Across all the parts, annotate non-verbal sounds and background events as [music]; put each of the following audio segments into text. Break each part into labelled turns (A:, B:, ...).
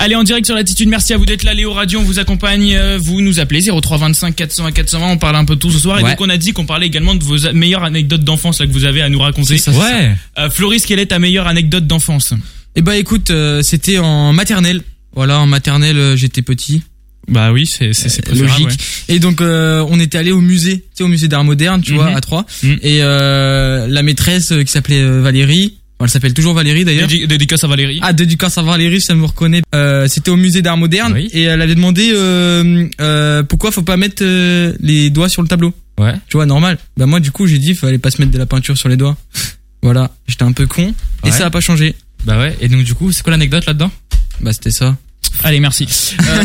A: Allez, en direct sur l'attitude, merci à vous d'être là, Léo Radio, on vous accompagne, euh, vous nous appelez 0325 400 420, on parle un peu de tout ce soir, et
B: Ouais.
A: donc on a dit qu'on parlait également de vos a- meilleures anecdotes d'enfance là que vous avez à nous raconter.
B: Ouais.
A: Euh, Floris, quelle est ta meilleure anecdote d'enfance
B: Et bah écoute, euh, c'était en maternelle. Voilà, en maternelle, euh, j'étais petit.
A: Bah oui, c'est c'est
B: logique. Et donc euh, on était allé au musée, tu sais, au musée d'art moderne, tu vois,
A: Mhm.
B: à Troyes.
A: Mhm.
B: Et euh, la maîtresse euh, qui s'appelait euh, Valérie, enfin, elle s'appelle toujours Valérie d'ailleurs.
A: Dédicace à Valérie.
B: Ah, dédicace à Valérie, ça me reconnaît. Euh, c'était au musée d'art moderne
C: Oui.
B: et elle avait demandé euh, euh, pourquoi faut pas mettre euh, les doigts sur le tableau.
C: Ouais.
B: Tu vois, normal. Bah moi du coup j'ai dit fallait pas se mettre de la peinture sur les doigts. voilà, j'étais un peu con et
C: Ouais.
B: ça a pas changé.
C: Bah ouais. Et donc du coup, c'est quoi l'anecdote là-dedans
B: Bah c'était ça.
A: Allez, merci. Euh,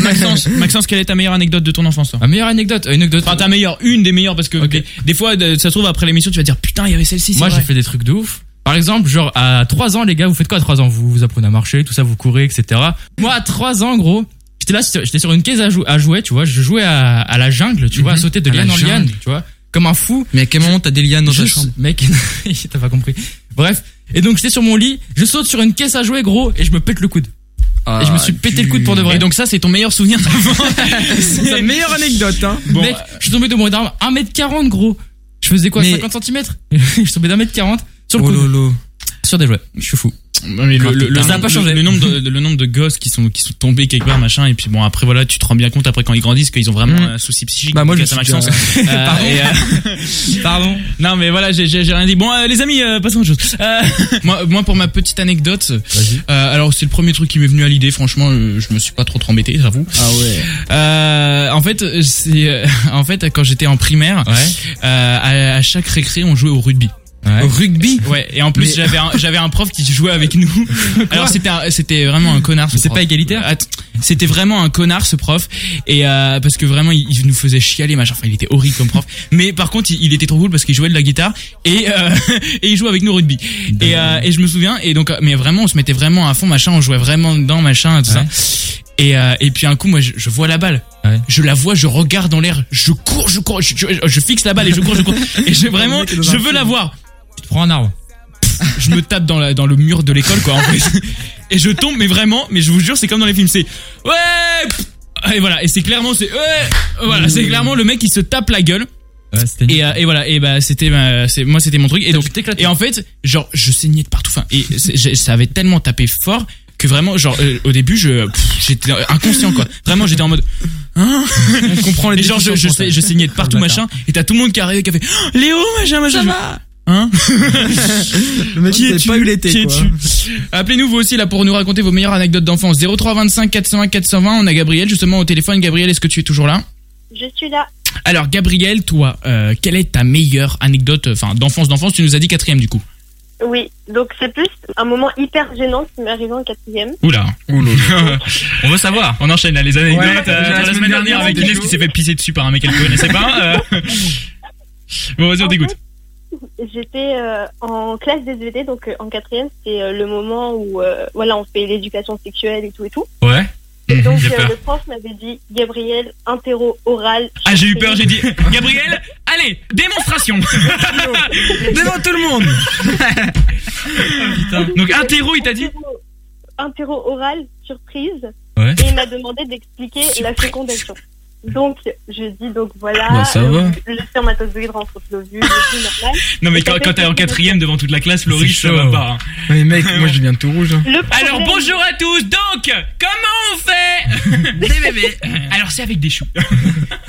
C: [laughs]
A: Maxence, Maxence, quelle est ta meilleure anecdote de ton enfance toi
C: Ma meilleure anecdote, une anecdote.
A: Enfin, ta meilleure, une des meilleures, parce que
C: Ok.
A: des, des fois, de- ça se trouve, après l'émission, tu vas dire putain, il y avait celle-ci. c'est
C: Moi, j'ai
A: vrai.
C: fait des trucs de ouf. Par exemple, genre à 3 ans, les gars, vous faites quoi à 3 ans vous, vous apprenez à marcher, tout ça, vous courez, etc. Moi, à 3 ans, gros, j'étais là, sur- j'étais sur une caisse à, jou- à jouets, tu vois. Je jouais à, à la jungle, tu vois, à
B: Mhm.
C: sauter de
B: À la
C: liane en liane,
B: jungle.
C: tu vois, comme un fou.
B: Mais à quel moment t'as des lianes dans ta
C: Je-
B: chambre
C: Mec, [laughs] t'as pas compris. Bref. Et donc, j'étais sur mon lit, je saute sur une caisse à jouets, gros, et je me pète le coude.
B: Ah,
C: et je me suis
A: Ah,
C: pété le coude pour de vrai.
A: Et donc ça, c'est ton meilleur souvenir [laughs] d'avant.
B: C'est la meilleure anecdote, hein.
A: Bon,
C: Mec, je suis tombé de mon arme 1m40, gros. Je faisais quoi,
B: Mais-
C: 50 cm [laughs] Je suis tombé d'1m40 sur le coude, sur des jouets. Je suis fou.
A: Oh mais le, le- le
C: Ça a pas
A: nombre-
C: changé.
A: Le, nombre
C: [laughs]
A: de, le nombre de gosses qui sont qui sont tombés quelque part, machin, et puis bon après voilà, tu te rends bien compte après quand ils grandissent qu'ils ont vraiment
B: Mm.
A: un souci psychique.
B: Bah moi je
A: Donc,
B: me suis
A: à Maxence.
C: [laughs]
A: Euh,
B: Pardon.
A: et, euh, Pardon. Non mais voilà, j'ai j'ai- j'ai rien dit. Bon euh, les amis, euh, passons à autre chose.
C: [laughs]
A: Euh, moi, moi pour ma petite anecdote,
C: Vas-y.
A: euh, alors c'est le premier truc qui m'est venu à l'idée. Franchement, euh, je me suis pas trop trop embêté, j'avoue.
B: Ah ouais.
A: Euh, en fait, c'est euh, [laughs] en fait quand j'étais en primaire,
C: Ouais.
A: euh, à, à chaque récré, on jouait au rugby.
C: Ouais.
B: rugby
A: Ouais, et en plus
B: Mais-
A: j'avais un, j'avais un prof qui jouait avec
B: [laughs]
A: nous. Alors c'était un- c'était vraiment un connard. ce
C: Mais c'est
A: prof.
C: pas égalitaire
A: Att- C'était vraiment un connard ce prof et euh, parce que vraiment il, il nous faisait chialer machin. Enfin il était horrible comme prof. Mais par contre il, il était trop cool parce qu'il jouait de la guitare et euh, [laughs] et il jouait avec nous au rugby. Et, euh, et je me souviens et donc euh, mais vraiment on se mettait vraiment à fond machin. On jouait vraiment dedans machin tout
C: Ouais.
A: ça. Et, euh, et puis un coup moi je, je vois la balle.
C: Ouais.
A: Je la vois, je regarde dans l'air, je cours, je cours, je, je, je fixe la balle et je cours, je
B: [laughs]
A: cours. Et je, vraiment,
B: mec est dans un
A: je veux
B: film.
A: la voir
C: Tu te prends un arbre.
A: je me tape dans, la, dans le mur de l'école quoi en fait. et je tombe mais vraiment mais je vous jure c'est comme dans les films c'est ouais pff, et voilà et c'est clairement c'est ouais voilà c'est clairement le mec qui se tape la gueule
C: Ouais, c'était
A: et, euh, et voilà et bah c'était ma- c'est moi c'était mon truc et donc
C: t'éclates.
A: et en fait genre je saignais de partout enfin et c'est- j'ai- ça avait tellement tapé fort que vraiment genre euh, au début je pff, j'étais inconscient quoi vraiment j'étais en mode hein
B: euh, On comprend les
A: et genre je, je, sais- je saignais de partout
C: bâtard.
A: machin et t'as tout le monde qui arrivait qui a fait Oh, Léo machin machin Je- hein
B: Le mec
A: Qui
B: il
A: es-tu
B: pas eu l'été.
A: Qui
B: quoi.
A: es-tu Appelez-nous vous aussi là pour nous raconter vos meilleures anecdotes d'enfance. 0325 401 420. On a Gabriel justement au téléphone. Gabriel, est-ce que tu es toujours là
D: Je suis là.
A: Alors Gabriel, toi, euh, quelle est ta meilleure anecdote, euh, enfin d'enfance d'enfance Tu nous as dit quatrième du coup.
D: Oui, donc c'est plus un moment hyper gênant qui m'est arrivé en quatrième.
A: Oula. [laughs] on veut savoir. On enchaîne là les anecdotes.
B: Ouais,
A: euh,
B: déjà,
A: la semaine dernière avec
B: c'était
A: Inès qui s'est fait pisser dessus par un mec [laughs] qu'elle connaissait pas. euh. Bon vas-y on
D: En
A: t'écoute.
D: [laughs] J'étais euh, en classe d'SVT, donc euh, en quatrième, c'est euh, le moment où euh, voilà, on fait l'éducation sexuelle et tout et tout.
C: Ouais.
A: Mhm,
D: Et donc
C: j'ai
D: euh,
C: peur.
D: le prof m'avait dit Gabriel, interro oral.
A: Ah j'ai eu peur, [laughs] j'ai dit Gabriel, allez démonstration.
B: Devant tout le monde.
A: Donc interro il t'a dit
D: Interro- Interro oral, surprise.
C: Ouais.
D: Et il m'a demandé d'expliquer la fécondation. Donc, je dis, donc voilà,
B: Bah, ça
D: euh,
B: va.
D: le spermatozoïde rentre au l'ovule, c'est normal.
A: Non mais quand, quand t'es en quatrième devant toute la classe, Laurie,
C: C'est
A: ça va
C: chaud.
A: pas. hein.
B: Mais mec, moi je viens tout
D: [laughs]
B: rouge. hein.
D: Le
A: Alors
D: problème-
A: bonjour à tous. Donc, comment on fait [laughs] Des bébés. Alors c'est avec des choux.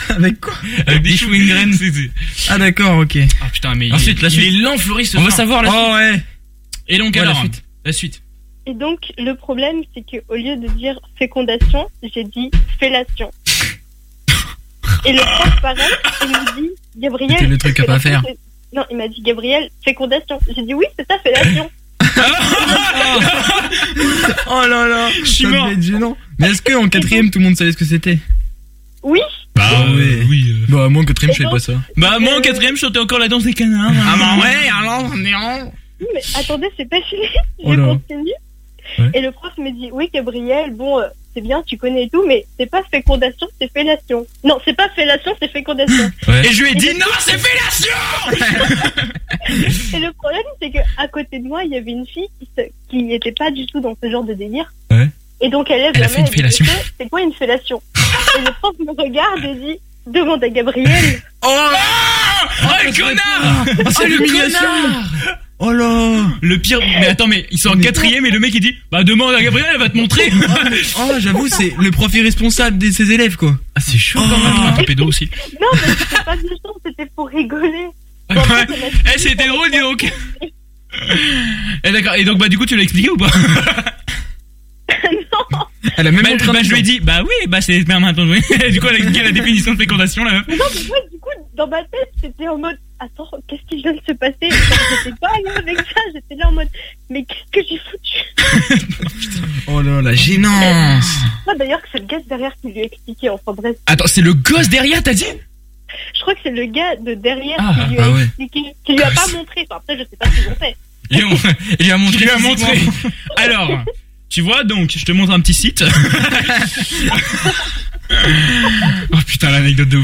B: Avec quoi
A: Avec des, choux ingraines.
B: Ah d'accord, ok.
A: Ah putain mais
C: Ensuite,
A: il,
C: la
A: il
C: suite.
A: est lent Floris. ce
C: On veut
A: soir.
C: savoir la
B: Oh ouais.
A: Et donc
C: Ouais, la
A: alors
C: suite.
A: la suite.
D: Et donc, le problème, c'est que au lieu de dire fécondation, j'ai dit fellation. Et le prof, pareil, il me dit
B: C'était
D: Gabriel.
B: le truc à pas faire.
D: Non, il m'a dit Gabriel, fécondation. J'ai dit oui, c'est ça, fellation.
B: Oh là là. Je
A: suis mort.
B: gênant. Mais est-ce que en quatrième tout le monde savait ce que c'était
D: Oui,
B: Bah, euh,
A: oui.
B: Bah moi en quatrième je savais pas ça.
A: Bah moi en quatrième, je chantais encore la danse des canards. Ah bah [laughs] ouais alors.
D: oui, mais attendez, c'est pas fini. Je
B: Oh là.
D: continue.
B: Ouais.
D: Et le prof me dit oui, Gabriel, bon, euh, c'est bien, tu connais et tout, mais c'est pas fécondation, c'est fellation. Non, c'est pas fellation, c'est fécondation.
A: Et je lui ai dit non, c'est fellation.
D: Et le problème, c'est que à côté de moi, il y avait une fille qui, se- qui n'était pas du tout dans ce genre de délire.
C: Ouais.
D: Et donc elle lève
A: Elle a
D: la
A: fait une
D: main et dit,
A: fellation.
D: Monsieur, C'est quoi une fellation Et le prof me regarde et dit Demande à Gabriel.
A: Oh, oh le connard Oh le connard
E: Oh là
A: Le pire, mais attends, mais ils sont en quatrième et le mec il dit Bah demande à Gabriel, elle va te montrer
E: Oh, j'avoue, c'est.
B: Ah, Le prof irresponsable de ses élèves, quoi.
A: Ah, c'est chaud quand même, un pédo aussi.
D: Non, mais c'était pas méchant, c'était pour rigoler.
A: Ouais.
D: En fait, elle a dit,
A: Eh, c'était drôle, dis donc Eh d'accord, et donc bah du coup tu l'as expliqué ou pas
D: Non,
B: Elle a même
A: bah,
B: montré un
A: bah, je lui ai dit,
B: exemple.
A: bah oui, bah c'est... mais attends, oui. [laughs] du coup elle a expliqué la définition de fécondation là
D: mais non, mais moi, du coup, dans ma tête, c'était en mode Attends, qu'est-ce qui vient de se passer J'étais pas allée avec ça, j'étais là en mode Mais qu'est-ce que j'ai foutu
E: Oh là, la gênance
D: Ah, D'ailleurs, que c'est le gars de derrière qui lui a expliqué. Enfin bref,
A: Attends, c'est le gosse derrière t'as dit
D: je crois que c'est le gars de derrière
A: Ah,
D: qui lui
E: ah
D: a
E: ouais.
D: expliqué, qui lui a pas montré. Enfin, après, je sais pas ce qu'ils ont fait.
C: Il lui a- il lui a montré.
A: Tu lui as montré.
C: physiquement.
A: Alors, tu vois, donc, je te montre un petit site. oh putain, l'anecdote de ouf.